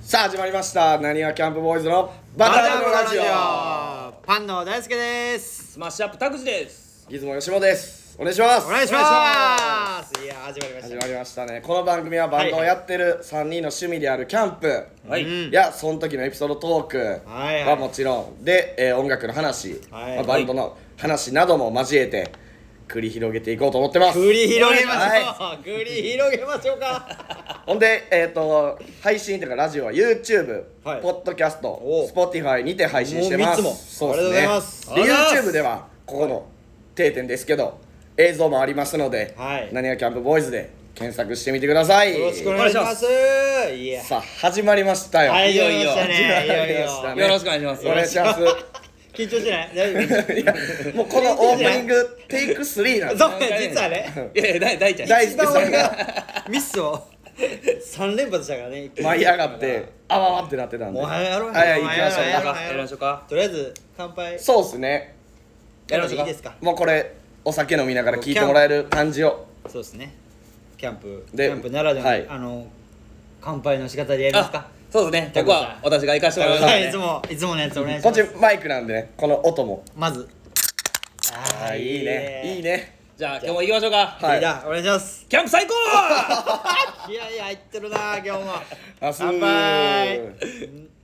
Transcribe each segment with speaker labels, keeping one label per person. Speaker 1: さあ始まりましたなにわキャンプボーイズのバターのラジオ
Speaker 2: パンの大輔です
Speaker 3: スマッシュアップタクジです
Speaker 1: 出雲よしもですお願いします
Speaker 2: お願いしますいや始まりまし
Speaker 1: 始
Speaker 2: た
Speaker 1: まりましたねこの番組はバンドをやってる3人の趣味であるキャンプ
Speaker 3: はい、
Speaker 2: ん
Speaker 1: やその時のエピソードトーク
Speaker 2: はいはい
Speaker 1: はもちろんで、えー音楽の話、
Speaker 2: はい
Speaker 1: まあバンドの話なども交えて繰り広げていこうと思ってます
Speaker 2: 繰り広げましょう、
Speaker 1: は
Speaker 2: 繰り広げましょうか
Speaker 1: ほんで、えー、と配信というかラジオは YouTube、
Speaker 2: はい
Speaker 1: ポッドキャスト
Speaker 2: おう
Speaker 1: Spotify にて配信してます
Speaker 2: もう三つも
Speaker 1: そうですね
Speaker 2: ありがとうございます
Speaker 1: で
Speaker 2: ありがとうございます
Speaker 1: YouTube ではここの定点ですけど映像もありますので
Speaker 2: はい
Speaker 1: なにわキャンプボーイズ」で検索してみてください
Speaker 2: よろしくお願いしますいや
Speaker 1: さあ始まりましたよ、
Speaker 2: はい
Speaker 3: いよいよ
Speaker 2: いましたね
Speaker 1: 始まりま
Speaker 2: い
Speaker 1: し
Speaker 2: よい
Speaker 1: た
Speaker 2: よ
Speaker 1: ね
Speaker 3: よろしくお願いします
Speaker 1: お願いします
Speaker 2: 緊張してない大丈
Speaker 1: いやもうこ のオープニングテイク3なん
Speaker 2: 夫そ
Speaker 1: で
Speaker 2: う実はね
Speaker 3: いやいや大大ちゃん
Speaker 1: 大
Speaker 2: 一番俺がミスを3連発したからね
Speaker 1: 舞い上がってあわわってなってたんで
Speaker 2: もうやろうよ
Speaker 1: はいはい
Speaker 2: も
Speaker 1: 行
Speaker 2: う
Speaker 1: き
Speaker 2: や
Speaker 1: まし
Speaker 2: ろう
Speaker 1: ょう
Speaker 2: よ
Speaker 3: やりましょうかやりましょうか
Speaker 2: とりあえず乾杯
Speaker 1: そうですね
Speaker 2: やろういいですか
Speaker 1: もうこれお酒飲みながら聞いてもらえる感じを
Speaker 2: そうですねキャンプキ
Speaker 1: で
Speaker 2: ャンプならではの、
Speaker 1: はい
Speaker 2: あの乾杯の仕方でやりますか
Speaker 3: あそうですねここは私が行かせてもらいま
Speaker 2: はい、い
Speaker 3: す
Speaker 2: つもいつものやつお願いし
Speaker 1: こ
Speaker 2: ま
Speaker 1: っち
Speaker 2: す
Speaker 1: マイクなんでねこの音も
Speaker 2: まずあ
Speaker 1: あ
Speaker 2: ー
Speaker 1: いいねいい
Speaker 2: ね
Speaker 1: ね
Speaker 3: じゃあ今日も行きましょうか
Speaker 1: はい
Speaker 2: いいなお願いします
Speaker 3: キャンプ最高
Speaker 2: いやいや入ってるな今日も
Speaker 1: あすー
Speaker 2: 乾杯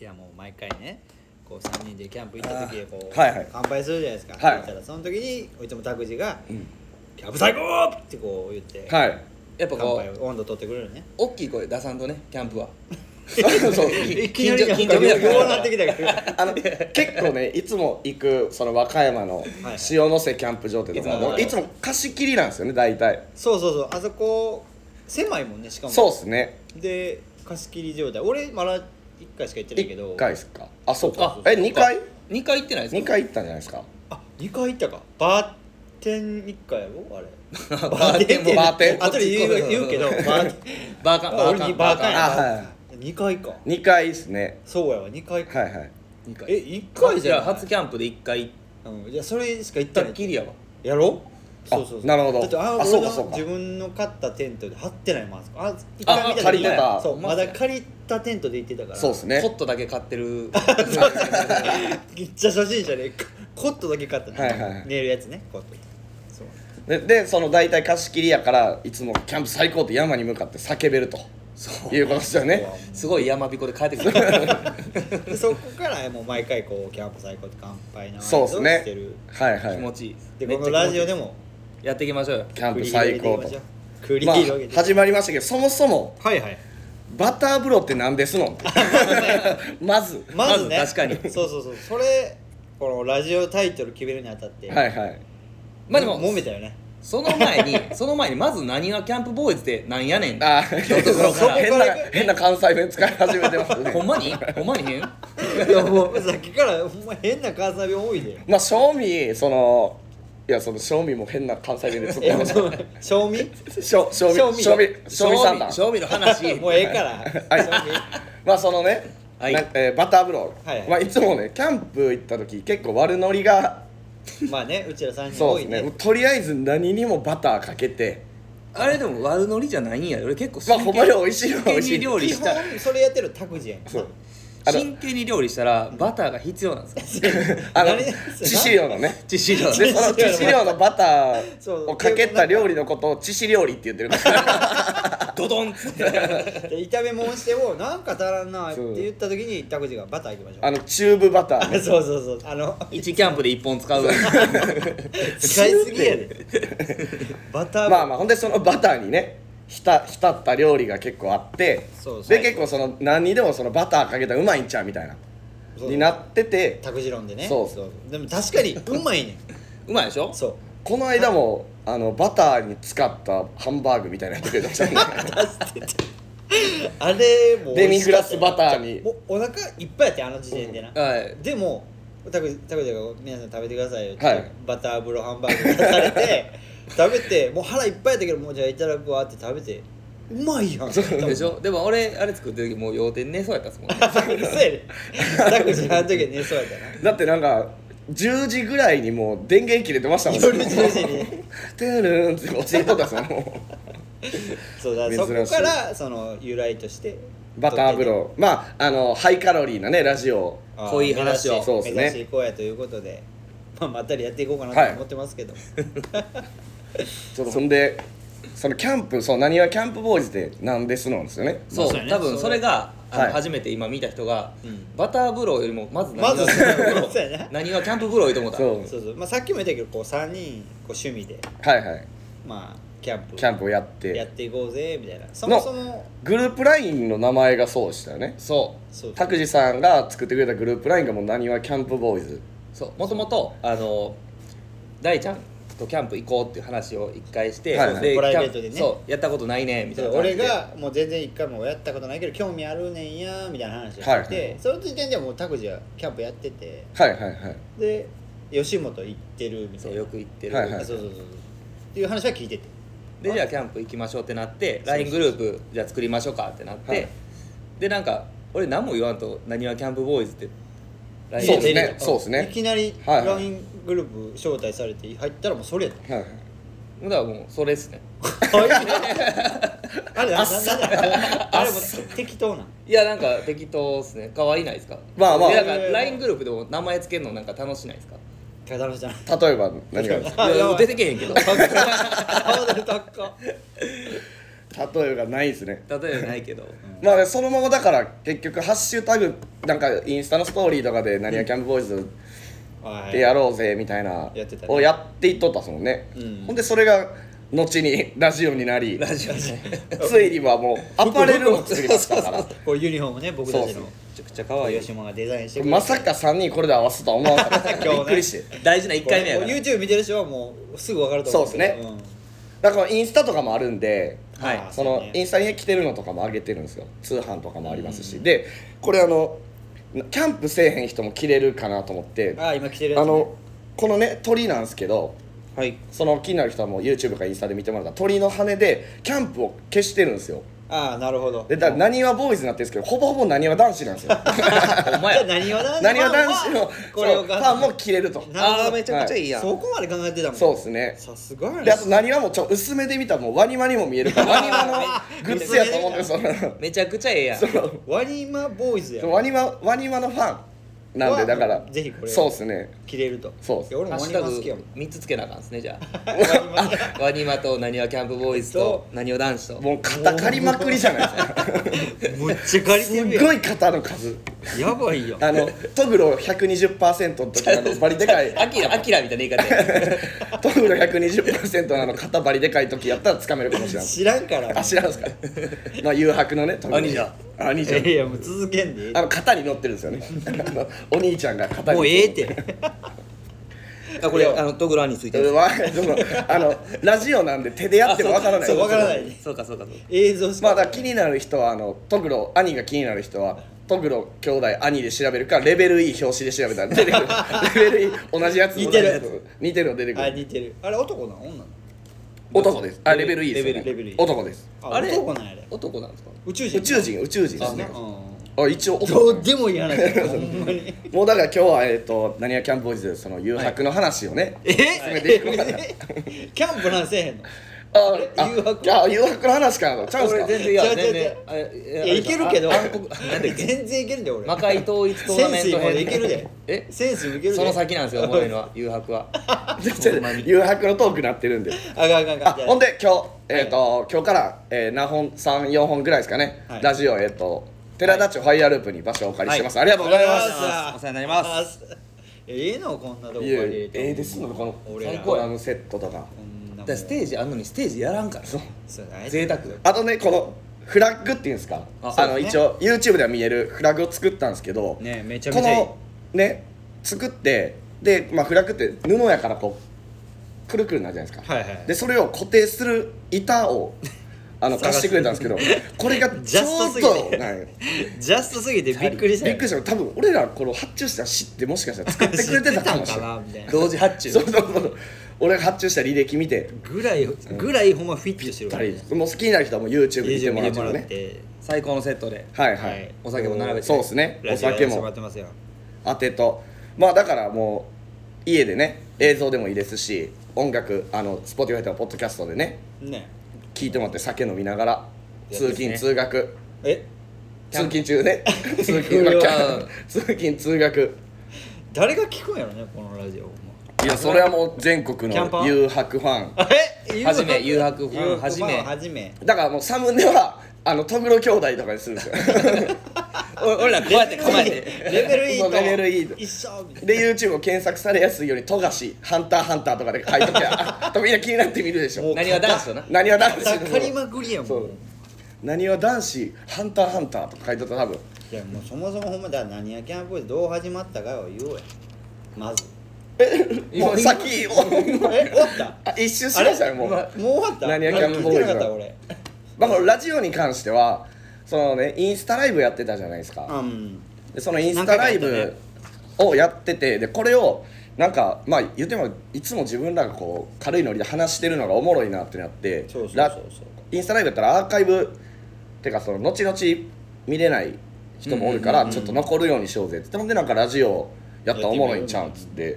Speaker 2: いやもう毎回ねこう3人でキャンプ行った時でこう、
Speaker 1: はいはい
Speaker 2: 乾杯するじゃないですか、
Speaker 1: はい
Speaker 2: 行ったらその時にいつも拓司が「キャンプ最高!」ってこう言って、
Speaker 1: はい
Speaker 3: やっぱ
Speaker 2: 乾
Speaker 3: こ
Speaker 2: 杯
Speaker 3: う
Speaker 2: を温度取ってく れるね
Speaker 3: 大きい声出さんとねキャンプは
Speaker 1: そうそう
Speaker 2: いきなり
Speaker 3: 緊張
Speaker 2: なんか
Speaker 3: 緊張
Speaker 2: ようなってきたけど
Speaker 1: あの結構ねいつも行くその和歌山の
Speaker 2: はい
Speaker 1: 塩の瀬キャンプ場ってとこ
Speaker 3: いつも
Speaker 1: いつも貸し切りなんですよね大体
Speaker 2: そうそうそうあそこ狭いもんねしかも
Speaker 1: そうっすね
Speaker 2: で貸し切り状態俺まだ1回しか行ってないけど
Speaker 1: 1回っすかあそうか
Speaker 3: あ
Speaker 1: え二2回
Speaker 3: 2回行ってないですか
Speaker 1: 2回行ったんじゃないですか
Speaker 2: あ二2回行ったかバーテン1回やろあれ
Speaker 3: バーテンも
Speaker 1: バーテン
Speaker 2: あとで言う言うけどバーテ
Speaker 3: バーカンバーカ
Speaker 2: ン
Speaker 3: ン
Speaker 2: バーカン
Speaker 1: あはい
Speaker 2: や2回か
Speaker 1: 2回っすね
Speaker 2: そうやわ2回か、
Speaker 1: はいはい
Speaker 3: 二回
Speaker 2: え一1回じゃん
Speaker 3: 初キャンプで1回行
Speaker 2: うん、いやそれしか行っ
Speaker 3: った
Speaker 2: た
Speaker 3: っ
Speaker 2: ない
Speaker 3: きりやわ
Speaker 2: やろ
Speaker 1: あ
Speaker 2: そうそうそう
Speaker 1: なるほど
Speaker 2: だってあ
Speaker 1: あ
Speaker 2: あ
Speaker 1: そう
Speaker 2: 俺
Speaker 1: か
Speaker 2: が
Speaker 1: そうか
Speaker 2: 自分の買ったテントで張ってないもんあそこあ一
Speaker 3: あ
Speaker 2: 回見た時
Speaker 1: 借りてた
Speaker 2: そうまだ借りたテントで行ってたから
Speaker 1: そうっすね
Speaker 3: コットだけ買ってる
Speaker 2: めっちゃ初心者でコットだけ買ったの、
Speaker 1: はいはいはい
Speaker 2: 寝るやつねコットそう
Speaker 1: ででその大体貸し切りやからいつもキャンプ最高って山に向かって叫べるということですよね
Speaker 3: すごい山彦で帰ってくる
Speaker 2: でそこからもう毎回こうキャンプ最高って乾杯の合図
Speaker 1: そう
Speaker 2: を
Speaker 1: で
Speaker 2: し
Speaker 1: す
Speaker 2: てる
Speaker 1: ねはいは
Speaker 3: 気持
Speaker 1: い
Speaker 3: ちいい
Speaker 2: で
Speaker 3: めっ
Speaker 2: こ
Speaker 3: ち
Speaker 2: の
Speaker 3: ゃ気持ちいい
Speaker 2: ラジオでも
Speaker 3: やっていきましょうよ
Speaker 1: キャンプ最高と
Speaker 2: 繰り
Speaker 1: ま
Speaker 2: 広げ
Speaker 1: あ
Speaker 2: ていきましょう繰り広げていきましょう
Speaker 1: 始まりましたけどそもそも
Speaker 2: はいはい
Speaker 1: バター風呂って何ですのんまず
Speaker 2: まずね
Speaker 3: まず確かに
Speaker 2: そうそうそうそれこのラジオタイトル決めるにあたって
Speaker 1: はいはい
Speaker 3: まあでも
Speaker 2: 揉めたよね
Speaker 3: その前にその前にまずなにわキャンプボーイズってなんやねん
Speaker 1: あ
Speaker 3: こから
Speaker 1: 変な変な関西弁使い始めてますね
Speaker 3: ほんまにほんまに変
Speaker 2: いやもうさっきからほんま変な関西弁多いで
Speaker 1: まあ賞味そのいやその賞味も変な関西弁で突っ込んでまし
Speaker 2: 賞味
Speaker 1: た賞賞味
Speaker 2: 正味
Speaker 1: 賞味賞味さんだ
Speaker 3: 賞味の 話
Speaker 2: もうええから
Speaker 1: はい
Speaker 2: 賞味
Speaker 1: まあそのね、
Speaker 3: はい
Speaker 1: なえーバター風呂、
Speaker 2: はいはい
Speaker 1: まあいつもねキャンプ行った時結構悪ノリが
Speaker 2: まあねうちら3人
Speaker 1: そう
Speaker 2: 多
Speaker 1: で
Speaker 2: い
Speaker 1: すね
Speaker 2: ね
Speaker 1: もうとりあえず何にもバターかけて
Speaker 3: あれでも悪ノリじゃないんや俺結構
Speaker 1: まあほんまに美味しいのは美
Speaker 3: 真
Speaker 1: 味し
Speaker 3: 剣
Speaker 1: い
Speaker 3: に料理
Speaker 2: 基
Speaker 3: した
Speaker 2: 本それやってるの拓司 やん
Speaker 1: そうあの
Speaker 3: 真剣に料理したらバターが必要なんですよ
Speaker 1: あの
Speaker 2: 何
Speaker 1: 致死量のね
Speaker 3: 致死量
Speaker 1: で
Speaker 3: ね
Speaker 1: その致死量のバタ
Speaker 2: そう
Speaker 1: ーをかけた料理のことを致死料理って言ってる から
Speaker 3: ドドンっつって
Speaker 2: で炒め物してもなんか足らんなって
Speaker 1: そう
Speaker 2: 言った時に拓司がバターいきましょ
Speaker 1: あのチューブバター
Speaker 2: う
Speaker 1: ね
Speaker 2: そうそうそう あの
Speaker 3: 1キャンプで1本使う
Speaker 2: 使いすぎやでバター
Speaker 1: まあまあほんでそのバターにね浸浸った料理が結構あって
Speaker 2: そうそう
Speaker 1: で結構その何にでもそのバターかけたらうまいんちゃうみたいな
Speaker 2: そう
Speaker 1: になってて
Speaker 2: 拓司論でね
Speaker 1: そう
Speaker 2: でも確かにうまいね
Speaker 3: うまいでしょ
Speaker 2: んそう
Speaker 1: この間もあのバターに使ったハンバーグみたいなやつ出したね
Speaker 2: あれも
Speaker 1: デミグラスバターに
Speaker 2: もうお腹いっぱいやってあの時点でな、
Speaker 3: はい
Speaker 2: でも拓司拓司が皆さん食べてくださいよって、
Speaker 1: はい
Speaker 2: バター風呂ハンバーグ出さ れて食べてもう腹いっぱいやったけどもうじゃあいただくわって食べてうまいやん
Speaker 3: でしょでも俺あれ作ってる時もう要点寝そうやったっすもんね
Speaker 2: そうやね。タクシーあの時は寝そうやったな。
Speaker 1: だってなんか10時ぐらいにもう電源切れてましたもん
Speaker 2: 夜10時に
Speaker 1: てるんって教えとったんですよも
Speaker 2: そうだ
Speaker 1: 珍
Speaker 2: そ
Speaker 1: しい
Speaker 2: こからその由来として
Speaker 1: うバター油論まああのハイカロリーなねラジオ
Speaker 2: あー
Speaker 3: 濃い話を
Speaker 2: 目指し
Speaker 1: そうですね
Speaker 2: 目指していこうやということで、まあ、まったりやっていこうかなと思ってますけど、
Speaker 1: ちょっとそんでそのキャンプそうなにわキャンプボーイズってなんですのんですよね
Speaker 3: そう
Speaker 2: そうやね
Speaker 3: 多分それがあの
Speaker 1: はい
Speaker 3: 初めて今見た人が
Speaker 2: うん
Speaker 3: バター風呂よりもまず
Speaker 2: まず
Speaker 3: キャンプ風呂
Speaker 2: そうやな
Speaker 3: 何はキャンプ風呂言うと思った
Speaker 1: そう
Speaker 2: そうそうまあ、さっきも言ったけどこう3人こう趣味で、
Speaker 1: はいはい
Speaker 2: まあ、キャンプ
Speaker 1: キャンプをやって
Speaker 2: やっていこうぜみたいなそもそも
Speaker 1: グループラインの名前がそうでしたよね
Speaker 3: そう
Speaker 2: そう
Speaker 1: 拓司さんが作ってくれたグループラインがもうなにわキャンプボーイズ
Speaker 3: そうもともとあの大ちゃんとキャンプ行こうっていう話を一回して、
Speaker 1: はいはい
Speaker 2: プライ
Speaker 3: キャ
Speaker 2: ベ
Speaker 3: ン
Speaker 2: ートでね
Speaker 3: そうやったことないねみたい
Speaker 2: そ
Speaker 3: な
Speaker 2: う
Speaker 3: 感じ
Speaker 2: 俺
Speaker 3: で
Speaker 2: がもう全然一回もやったことないけど興味あるねんやみたいな話をしてて、
Speaker 1: はいはい
Speaker 2: その時点ではもう拓司はキャンプやってて
Speaker 1: はいはいはい
Speaker 2: で吉本行ってるみた
Speaker 3: そ
Speaker 2: いうな
Speaker 3: よく行ってる、
Speaker 1: はいはい
Speaker 2: あそうそうそうそうっていう話は聞いてて
Speaker 3: でじゃあキャンプ行きましょうってなって LINE グループじゃあ作りましょうかってなって、
Speaker 1: はい
Speaker 3: でなんか俺何も言わんと「なにわキャンプボーイズ」って
Speaker 1: そうで
Speaker 3: LINE
Speaker 1: すね
Speaker 2: 入れてる
Speaker 1: そうですね
Speaker 2: いきなり
Speaker 1: はい
Speaker 2: LINE グループ招待されて入ったらもう それやっ
Speaker 1: はいはい
Speaker 3: ほんだらもうそれっすね
Speaker 2: たかわいいねあれななんだあれも適当なん
Speaker 3: いやなんか適当っすね可愛いないですか
Speaker 1: まあまあ
Speaker 3: でなんか LINE グループでも名前つけるのなんか楽しないですか
Speaker 2: キャダルじゃない
Speaker 1: 例えば何があるんです
Speaker 2: あ
Speaker 3: い
Speaker 2: やば
Speaker 3: や
Speaker 2: い
Speaker 3: 出てけへんけど
Speaker 2: ハードル高っ
Speaker 1: か例えがないですね
Speaker 3: 例えばないけど
Speaker 1: まあねそのままだから結局ハッシュタグなんかインスタのストーリーとかで「なにわキャンプボーイズ」
Speaker 2: は
Speaker 1: でやろうぜみたいな
Speaker 2: やってたね
Speaker 1: をやっていっとったっすもんね、
Speaker 2: うん
Speaker 1: ほんでそれが後にラジオになり
Speaker 3: ラジオでめ
Speaker 1: ついには もうアパレルも作りましたから
Speaker 2: こうユニフォームね僕たち
Speaker 1: そう
Speaker 2: の
Speaker 3: ちゃくちゃ可愛い
Speaker 2: 吉本がデザインしてくれて
Speaker 1: まさか3人これで合わせるとは思わなか った
Speaker 2: 今日
Speaker 1: び
Speaker 2: ね
Speaker 1: っくりして
Speaker 3: 大事な1回目や
Speaker 2: こ
Speaker 3: か
Speaker 2: う
Speaker 3: ら
Speaker 2: YouTube 見てる人はもうすぐ分かると思うけど
Speaker 1: そうですねだからインスタとかもあるんで
Speaker 2: うん
Speaker 3: はい
Speaker 2: あー
Speaker 1: そうの
Speaker 2: ね
Speaker 1: インスタに来てるのとかも上げてるんですよ通販とかもありますし、でこれあのキャンプせえへん人も着れるかなと思って
Speaker 2: あー今来てるや
Speaker 1: あ
Speaker 2: つね
Speaker 1: のこのね鳥なんですけど
Speaker 3: はい
Speaker 1: その気になる人はもう YouTube かインスタで見てもらったら鳥の羽でキャンプを消してるんですよ
Speaker 2: ああなるほど
Speaker 1: でだなにわボーイズになってるんですけどほぼほぼなにわ男子なんですよ
Speaker 3: お
Speaker 2: じゃあ
Speaker 3: 前
Speaker 2: 何わ男子
Speaker 1: なにわ男子の
Speaker 2: これ
Speaker 1: そ
Speaker 2: を
Speaker 1: うファンも着れると
Speaker 2: な
Speaker 3: あーめちゃくちゃいいやん、
Speaker 2: そこまで考えてたもん
Speaker 1: そうですね
Speaker 2: さすがや
Speaker 1: で
Speaker 2: ね
Speaker 1: あとなにわもちょ薄めで見たらもうワニワニも見える からワニワのグッズやと思うんですよ
Speaker 3: めちゃくちゃええやん
Speaker 2: ワニマボーイズや
Speaker 1: そのワニワワニワのファンなんでだから
Speaker 2: ぜひこれ
Speaker 1: そうですね
Speaker 2: 切れると
Speaker 1: そう
Speaker 2: いや俺も
Speaker 3: ハッ
Speaker 2: ワ
Speaker 3: シ
Speaker 2: ニ
Speaker 3: ュ
Speaker 2: マ
Speaker 3: タ
Speaker 2: 好きや
Speaker 3: グ
Speaker 2: もん
Speaker 3: 3つつけなあかんですねじゃあ
Speaker 2: ワニ
Speaker 3: ワニマとなにわキャンプボーイズとなにわ男子と
Speaker 1: もう肩借りまくりじゃないです か
Speaker 2: マむっちゃ借り
Speaker 1: す
Speaker 2: てる
Speaker 1: っごい肩の数
Speaker 2: やんやばいよ
Speaker 1: あのトグロ120%の時のあのバリでかい
Speaker 3: アキラアキラみ たいな言い方や
Speaker 1: トグロ120%のあの肩バリでかい時やったらつかめるかも しれない
Speaker 2: 知らんから
Speaker 1: あ知らんすか まあ誘白のねトグロ
Speaker 3: 兄者
Speaker 1: 兄
Speaker 2: い
Speaker 1: 者
Speaker 2: やいやもう続けんでいい
Speaker 1: あの肩に乗ってるんですよね あのお兄ちゃんが肩に
Speaker 2: もうええって
Speaker 3: あこれあのトグロアについて
Speaker 1: う
Speaker 3: る
Speaker 1: わそのあのラジオなんで手でやってもわからない
Speaker 2: そうわからない
Speaker 3: そうかそうかそうか
Speaker 2: 映像し
Speaker 1: ま
Speaker 2: か
Speaker 1: あだから気になる人はあのトグロ兄が気になる人はトグロ兄弟兄で調べるかレベル E 表紙で調べたら 出てくるレベル E 同じやつ
Speaker 2: 似てるやつ
Speaker 1: 同じやつ似てるの出てく
Speaker 2: あ
Speaker 1: る
Speaker 2: 似てるあれ男なの女なの
Speaker 1: 男ですあレベル E ですよね
Speaker 2: レベル E
Speaker 1: 男です
Speaker 2: あれ男なんやあれ
Speaker 3: 男なんですか
Speaker 2: 宇宙人
Speaker 1: 宇宙人宇宙人ですね
Speaker 2: う
Speaker 1: あ一応
Speaker 2: んど
Speaker 1: 男
Speaker 2: うでもいい話だよほんまに
Speaker 1: もうだから今日はえっとなにわキャンプおじでその誘白の話をね
Speaker 2: え
Speaker 1: 進めていこうかな
Speaker 2: キャンプなんせえへんの
Speaker 1: ああ
Speaker 2: 誘惑
Speaker 1: あ誘惑の話かなとチャンス
Speaker 3: 俺
Speaker 1: か
Speaker 3: 全然いや
Speaker 2: 違う違う違
Speaker 3: 全
Speaker 2: う
Speaker 3: 然あい
Speaker 2: いやいけるけど
Speaker 3: あ暗黒なんだっけ
Speaker 2: 全然いけるんだよ俺
Speaker 3: 魔界統一トーナメ
Speaker 2: 潜
Speaker 3: ント
Speaker 2: 水まで
Speaker 3: 編
Speaker 2: いけるで
Speaker 3: え
Speaker 2: センスもいけるで
Speaker 3: その先なんですよおもろいのは誘白は
Speaker 1: ちょっと誘白のトークになってるんで
Speaker 2: あがあがあが
Speaker 1: あほんで今日えっ、と、今日から、えー、何本34本ぐらいですかね、
Speaker 2: はい
Speaker 1: ラジオえっ、と寺田町ファイアループに場所をお借りしてます、ありがとうございます、
Speaker 3: お世話になります
Speaker 2: すええのこんなと
Speaker 1: い
Speaker 2: こ借
Speaker 1: や
Speaker 2: りれて
Speaker 1: ええですのこの
Speaker 2: 俺ら
Speaker 1: 最高ラムセットとか
Speaker 2: こんなも
Speaker 3: だ
Speaker 2: ん
Speaker 3: からステージあんのにステージやらんからそう
Speaker 2: そうだね
Speaker 3: 贅沢だよ
Speaker 1: あとねこのフラッグっていうんですかあ
Speaker 3: あ
Speaker 1: の、
Speaker 2: そうです
Speaker 1: 一応 YouTube では見えるフラッグを作ったんですけど、
Speaker 2: ねめちゃ
Speaker 1: こ
Speaker 2: めちゃいい
Speaker 1: のね作ってで、まあ、フラッグって布やからこうくるくるなるじゃないですか、
Speaker 2: はいはい
Speaker 1: でそれを固定する板をあ の貸してくれたんですけどこれがち
Speaker 2: ジ
Speaker 1: ょ
Speaker 2: ャストす
Speaker 1: う
Speaker 2: ぎて
Speaker 1: どなんよ
Speaker 2: ジャストすぎて びっくりした
Speaker 1: びっくりした多分俺らこの発注した知ってもしかしたら作ってくれてたかもしれない
Speaker 2: 知ってたんかなみたいな
Speaker 3: 同時発 注
Speaker 1: そうそうそう俺が発注した履歴見て
Speaker 2: ぐらいぐらいほんまフィットしてるからね
Speaker 1: もう好きになる人はもう YouTube 見てもらう
Speaker 2: 見て
Speaker 1: と
Speaker 2: もら
Speaker 1: か
Speaker 2: っ
Speaker 1: ね
Speaker 2: て
Speaker 3: 最高のセットで
Speaker 1: はいは
Speaker 2: はい
Speaker 1: い
Speaker 3: お酒も並べて
Speaker 1: そうですねお
Speaker 2: ラジオや
Speaker 1: 酒
Speaker 2: らせてもら
Speaker 1: も
Speaker 2: ってますよ
Speaker 1: 当てとまあだからもう家でね映像でもいいですし音楽あの Spotify とかポッドキャストでね
Speaker 2: ね
Speaker 1: 聞いてもらって酒飲みながら
Speaker 3: や
Speaker 1: 通勤、
Speaker 3: ですね
Speaker 1: 通学
Speaker 2: え
Speaker 1: 通勤中ね通 勤
Speaker 3: うわ
Speaker 1: まあキャン通勤通学
Speaker 2: 誰が聞くんやろねこの ラジオほん
Speaker 1: いやそれはもう全国
Speaker 2: キャンパ
Speaker 1: の
Speaker 2: ー
Speaker 1: 誘惑ファン
Speaker 2: まえ
Speaker 3: はじめ誘惑ファン
Speaker 2: 誘惑
Speaker 3: はじめ
Speaker 2: はじめ
Speaker 1: だからもうサムネはあのトグロ兄弟とかにするんですよ
Speaker 3: お 俺らこうやって構えて
Speaker 2: レベルいい と
Speaker 1: レベルいいと
Speaker 2: 一緒みたいな
Speaker 1: で YouTube を検索されやすいように「富樫ハンターハンター」とかで書いとき ゃみんな気になって見るでし
Speaker 2: も
Speaker 1: ょ
Speaker 2: う
Speaker 3: 何はダンスとな
Speaker 1: なにわ男
Speaker 2: 叩かり
Speaker 1: 子
Speaker 2: まくりやも
Speaker 1: そ
Speaker 2: ん
Speaker 1: うなにわ男子ハンターハンターとか書いとったら多分
Speaker 2: いやもうそもそもほんまだから何やキャンプでどう始まったかよ言おうやま ず
Speaker 1: もう先を
Speaker 2: え終わった
Speaker 1: あ一周しましたよもう
Speaker 3: あ
Speaker 2: もう終わった
Speaker 1: 何やキャンプボーイ
Speaker 2: 聞い
Speaker 1: ズ
Speaker 2: てなかった俺
Speaker 1: まあこのラジオに関してはそのねインスタライブやってたじゃないですか、
Speaker 2: うん
Speaker 1: でそのインスタライ
Speaker 2: なんかやった
Speaker 1: ブ
Speaker 2: ね
Speaker 1: をやっててでこれをなんかまあ言ってもいつも自分らがこう軽いノリで話してるのがおもろいなってなって
Speaker 2: そうそう
Speaker 1: ラ
Speaker 2: そうそう
Speaker 1: インスタライブやったらアーカイブってかその後々見れない人もおるか
Speaker 2: うん
Speaker 1: ら
Speaker 2: うんうん
Speaker 1: ちょっと残るようにしようぜってほんでなんかラジオやったらおもろいんちゃうんっつって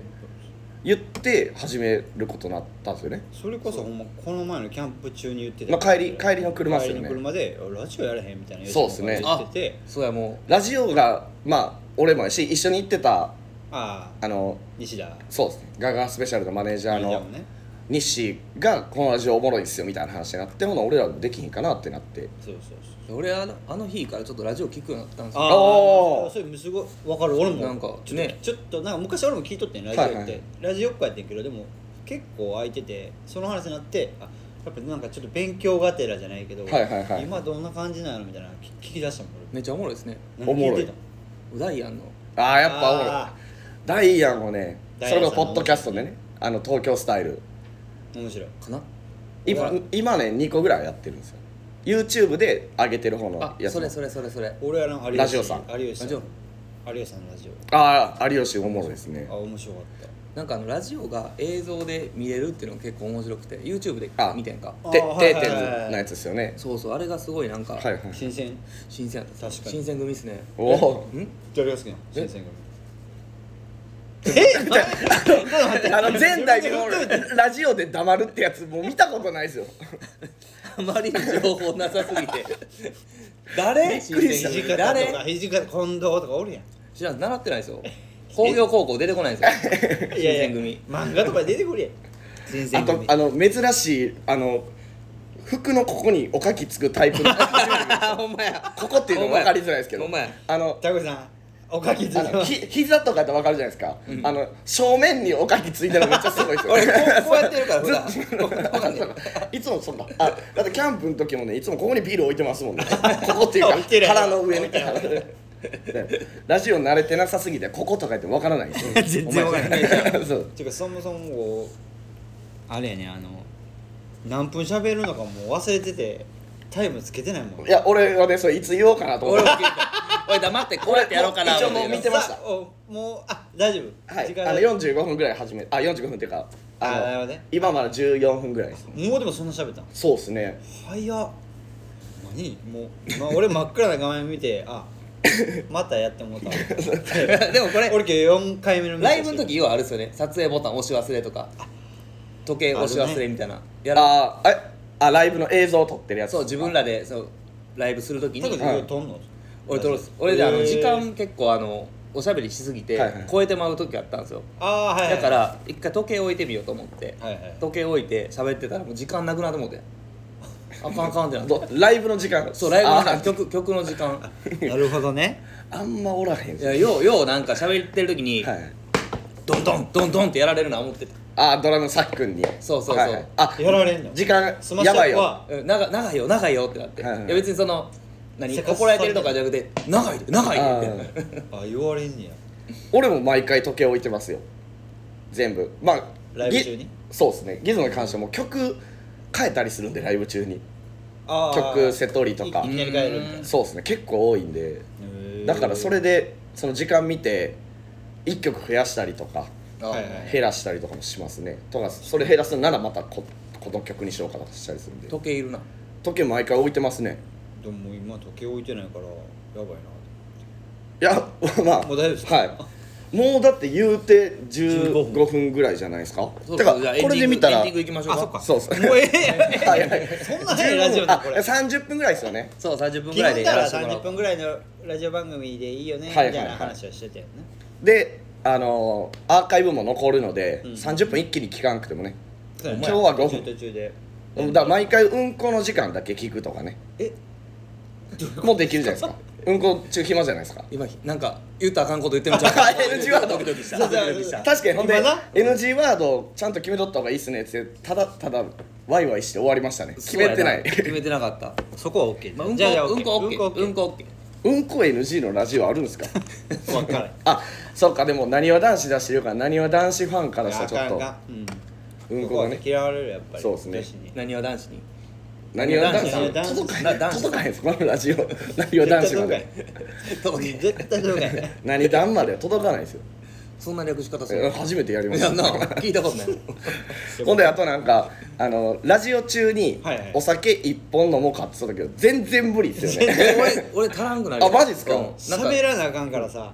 Speaker 1: 言って始めることになったんですよね
Speaker 2: それこそほんまこの前のキャンプ中に言ってた
Speaker 1: まあ帰り帰りの車っすよね
Speaker 2: 帰りの車であラジオやらへんみたいな
Speaker 1: そうっすね
Speaker 2: 言ってて
Speaker 3: そうやも
Speaker 1: ラジオがまあ俺もやし一緒に行ってた
Speaker 2: ああ
Speaker 1: あの
Speaker 2: 西田
Speaker 1: そうですねガガースペシャルのマネージャー
Speaker 2: 西田
Speaker 1: の
Speaker 2: もね
Speaker 1: 日誌がこのラジオおもろいんすよみたいな話になってほな俺らできひんかなってなって
Speaker 2: そうそうそう
Speaker 3: う俺あのあの日からちょっとラジオ聞くようになったんですよ
Speaker 2: あ
Speaker 1: お
Speaker 2: あ
Speaker 1: ー
Speaker 2: それすごい分かる俺も
Speaker 3: なんか
Speaker 2: ちょっと
Speaker 3: ね
Speaker 2: ちょっとなんか昔俺も聞いとってんラジオって、
Speaker 1: はいはい
Speaker 2: ラジオっ子やってんけどでも結構空いててその話になってあやっぱなんかちょっと勉強がてらじゃないけど、
Speaker 1: はいはいはい
Speaker 2: 今どんな感じなのみたいなの聞聞き出したもん
Speaker 3: めっちゃおもろいですね
Speaker 2: 俺
Speaker 1: おもろい
Speaker 2: 何聞て
Speaker 3: ダイアンの
Speaker 1: ああ
Speaker 2: た
Speaker 1: やっぱおもろい
Speaker 2: あ
Speaker 1: ダイアンをね
Speaker 2: ダ
Speaker 1: そ
Speaker 2: イアンさん
Speaker 1: れこそポッドキャストでねあの東京スタイル
Speaker 2: ー面白い
Speaker 3: かな
Speaker 1: 今
Speaker 2: うわ
Speaker 1: 今ね2個ぐらいやってるんですよ YouTube で上げてる方の
Speaker 3: あ
Speaker 1: やつ
Speaker 3: それそれそれそれ
Speaker 2: 俺はあの有吉
Speaker 1: ラジオさん
Speaker 2: 有吉さん
Speaker 3: ラジ
Speaker 2: 有吉さんのラジ
Speaker 1: ああ有吉おもろいですね
Speaker 2: オあ面白かった
Speaker 3: なんかあのラジオが映像で見れるっていうのが結構面白くて YouTube で
Speaker 1: あ
Speaker 3: 見てんか
Speaker 2: あ
Speaker 1: て
Speaker 2: はいはい
Speaker 1: 定
Speaker 2: はい
Speaker 1: 点のやつですよね
Speaker 3: そうそうあれがすごいなんか
Speaker 1: はいはい
Speaker 2: 新鮮
Speaker 3: 新鮮やった
Speaker 2: 確かに
Speaker 3: 新鮮組ですね
Speaker 1: おお
Speaker 3: ん
Speaker 2: 誰が好きなの
Speaker 3: え
Speaker 2: 新鮮組え っ
Speaker 1: あの前代未聞ラジオで黙るってやつもう見たことないですよ
Speaker 3: あまりに情報なさすぎ て誰
Speaker 1: びっくりした
Speaker 2: 土
Speaker 3: 新
Speaker 2: 方
Speaker 3: 鮮
Speaker 2: と
Speaker 3: 組
Speaker 2: か
Speaker 3: 誰
Speaker 2: 土方近藤とかおるやん
Speaker 3: 知らん習ってないですよ工業高校出て こないんですよ新
Speaker 2: いやいや
Speaker 3: 選組
Speaker 2: 漫画とかで出てくるやん
Speaker 3: 新
Speaker 1: あ
Speaker 3: 鮮
Speaker 1: と
Speaker 3: 組
Speaker 1: あの珍しいあの服のここにおかきつくタイ プの
Speaker 3: あほんまや
Speaker 1: ここっていうの分かりづらいですけど
Speaker 3: ほんまや
Speaker 1: あの
Speaker 2: タコさんおかきつい
Speaker 1: あ
Speaker 2: て
Speaker 1: の
Speaker 2: ます
Speaker 1: ひ膝とかって分かるじゃないですか、あの正面におかきついてるのめっちゃすごいですよ
Speaker 3: 俺こうこうやってるから普段わかんね え
Speaker 1: いつもそんなあだってキャンプの時もねいつもここにビール置いてますもんねここっていうか
Speaker 2: 置いてるやろ
Speaker 1: 腹の上にラジオ慣れてなさすぎてこことか言って分からないんですよ
Speaker 2: 全
Speaker 3: 然わかんないじ
Speaker 1: そう
Speaker 2: ていうかそもそもこうあれやねあの何分喋るのかもう忘れててタイムつけてないもん
Speaker 1: いや俺はねそれいつ言おうかなと思っ
Speaker 3: 俺
Speaker 1: て
Speaker 3: も聞いたおい黙ってこうやってやろうかな
Speaker 1: 一応
Speaker 3: 思
Speaker 1: もう
Speaker 3: って
Speaker 1: 見てました
Speaker 2: さあおもうあ大丈夫
Speaker 1: はい
Speaker 2: 時間
Speaker 1: あの45分ぐらい始めあ45分っていうかあの
Speaker 2: あなるほどね
Speaker 1: 今まだ14分ぐらいですね
Speaker 2: もうでもそんな喋ったの
Speaker 1: そうですね
Speaker 2: 早っ何もう、まあ、俺真っ暗な画面見てあまたやってもうたわ
Speaker 3: で もこれ
Speaker 2: 俺今日4回目のミス
Speaker 3: ライブの時要はあるっすよね撮影ボタン押し忘れとか時計押し忘れみたいな、やら
Speaker 1: あーえあライブの映像を撮ってるやつ
Speaker 3: そう自分らでそうライブするとき
Speaker 2: タコ
Speaker 3: に
Speaker 2: さん今日撮んの
Speaker 3: 俺撮るっす俺であ
Speaker 2: へ
Speaker 3: の
Speaker 2: ー
Speaker 3: 時間結構あのおしゃべりしすぎて
Speaker 1: はいはい
Speaker 3: 超えてまう時あったんですよ、
Speaker 2: ああはいはい
Speaker 3: だから一回時計置いてみようと思って、
Speaker 2: はいはい
Speaker 3: 時計置いて喋ってたらもう時間なくなってもうてあかんあかんってなって
Speaker 1: どライブの時間
Speaker 3: そうライブの
Speaker 1: あ
Speaker 3: さ曲曲の時間
Speaker 2: なるほどね
Speaker 1: ーあんまおらへん
Speaker 3: いやようようなんか喋ってる時に、
Speaker 1: はい
Speaker 3: ドンドンドンドンってやられるな思ってた
Speaker 1: あードラムさっくんに
Speaker 3: そうそうそう
Speaker 1: はいはいあ
Speaker 2: やられんの
Speaker 1: 時間
Speaker 2: スマッシ
Speaker 1: や
Speaker 2: ュア
Speaker 1: ば
Speaker 2: ッ
Speaker 1: い
Speaker 2: プ
Speaker 1: よ
Speaker 2: は
Speaker 3: うん長長いよ長いよってなって、
Speaker 1: はい
Speaker 3: い
Speaker 1: はい
Speaker 3: や別にその何
Speaker 2: せかす
Speaker 3: 怒られてるとかじゃなくて長いで長いでって
Speaker 2: あ言われんねや
Speaker 1: 俺も毎回時計置いてますよ全部まあ
Speaker 2: ライブ中に
Speaker 1: ギそうですねギズモに関してはもう曲変えたりするんでライブ中に
Speaker 2: あー
Speaker 1: 曲セトリとか
Speaker 2: いいきなり帰るみたいな
Speaker 1: そうですね結構多いんで
Speaker 2: へー
Speaker 1: だからそれでその時間見て1曲増やしたりとか
Speaker 2: はいはい
Speaker 1: 減らしたりとかもしますねとかそれ減らすならまたここの曲にしようかなとしたりするんで
Speaker 3: 時計いるな
Speaker 1: 時計毎回置いてますね
Speaker 2: でもも う今時計置いてないからやばいない
Speaker 1: や まあ
Speaker 2: もう大丈夫ですか
Speaker 1: はいもうだって言うて
Speaker 2: 15
Speaker 1: 15分ぐらいじゃないですか
Speaker 3: そう
Speaker 1: だか
Speaker 3: じゃあ
Speaker 1: ら
Speaker 3: エン
Speaker 1: こ
Speaker 3: デ
Speaker 1: れ
Speaker 3: ィング
Speaker 1: で見た
Speaker 3: エン
Speaker 1: ら
Speaker 3: ディングいきましょう
Speaker 2: あ
Speaker 3: か
Speaker 2: そっか
Speaker 1: そうそう
Speaker 2: もうええやん
Speaker 1: はい はい
Speaker 2: そんな早いラジオだ
Speaker 1: あ
Speaker 2: これ
Speaker 1: 30分ぐらいですよね
Speaker 3: そう30分
Speaker 2: 基
Speaker 3: ぐらい
Speaker 2: 本
Speaker 3: で
Speaker 2: だか
Speaker 3: や
Speaker 2: らら
Speaker 3: せてもらお
Speaker 2: 30
Speaker 3: う
Speaker 2: 分ぐらいのラジオ番組でいいよねみ
Speaker 1: はいはいい
Speaker 2: た
Speaker 1: はい
Speaker 2: な話はしてたよね
Speaker 1: であのーアーカイブも残るので、
Speaker 2: うん
Speaker 1: 30分一気に聞かなくてもね
Speaker 2: そうやね
Speaker 1: 今日は5
Speaker 2: 途中
Speaker 1: 分
Speaker 2: 途中で
Speaker 1: だから毎回うんこの時間だけ聞くとかね
Speaker 2: え
Speaker 1: もうできるじゃないですかうんこ中暇じゃないですか
Speaker 3: 今なんか言ったらあかんこと言って みちゃ うか
Speaker 1: NG ワード
Speaker 3: ドキドキした
Speaker 2: そう
Speaker 3: ド
Speaker 2: そう
Speaker 3: キドキした
Speaker 1: 確かにほんで
Speaker 2: 今な
Speaker 1: NG ワードをちゃんと決めとった方がいいっすねって言ってただただワイワイして終わりましたね決めてない
Speaker 3: そうや 決めてなかった
Speaker 2: そこは OK
Speaker 3: まあうんこ
Speaker 2: じゃあじゃあ
Speaker 3: うんこ
Speaker 2: OK
Speaker 3: うん
Speaker 2: OK
Speaker 3: こ OK
Speaker 1: うんこ NG のラジオあるんですか
Speaker 2: 分からん
Speaker 1: あそっかでもなにわ男子出してるからなにわ男子ファンからしたらちょっ
Speaker 2: あかんあ
Speaker 1: と
Speaker 2: かん
Speaker 1: うんこがね
Speaker 2: 嫌われるやっぱり
Speaker 1: そうですね
Speaker 2: 女子に
Speaker 3: 何は男子に
Speaker 1: なにわ男
Speaker 2: なにわ
Speaker 1: 子
Speaker 2: 男子
Speaker 1: 届かへん
Speaker 3: な男子
Speaker 1: 届かへんですこのラジオなにわ男子まで
Speaker 2: 絶対どうかい
Speaker 1: 何段までは届かないですよ
Speaker 3: そんな略し方す
Speaker 1: え
Speaker 3: る
Speaker 1: 初めてやりま
Speaker 3: い
Speaker 1: し
Speaker 3: やな
Speaker 1: た
Speaker 3: 聞いたことない
Speaker 1: ほんであとなんかあのラジオ中に
Speaker 2: はいはい
Speaker 1: お酒一本飲もうかって言ったけど全然無理ですよね
Speaker 3: え俺俺足らんくなるよ
Speaker 1: あマジっすか
Speaker 3: うんなんか
Speaker 2: 喋らなあかんからさ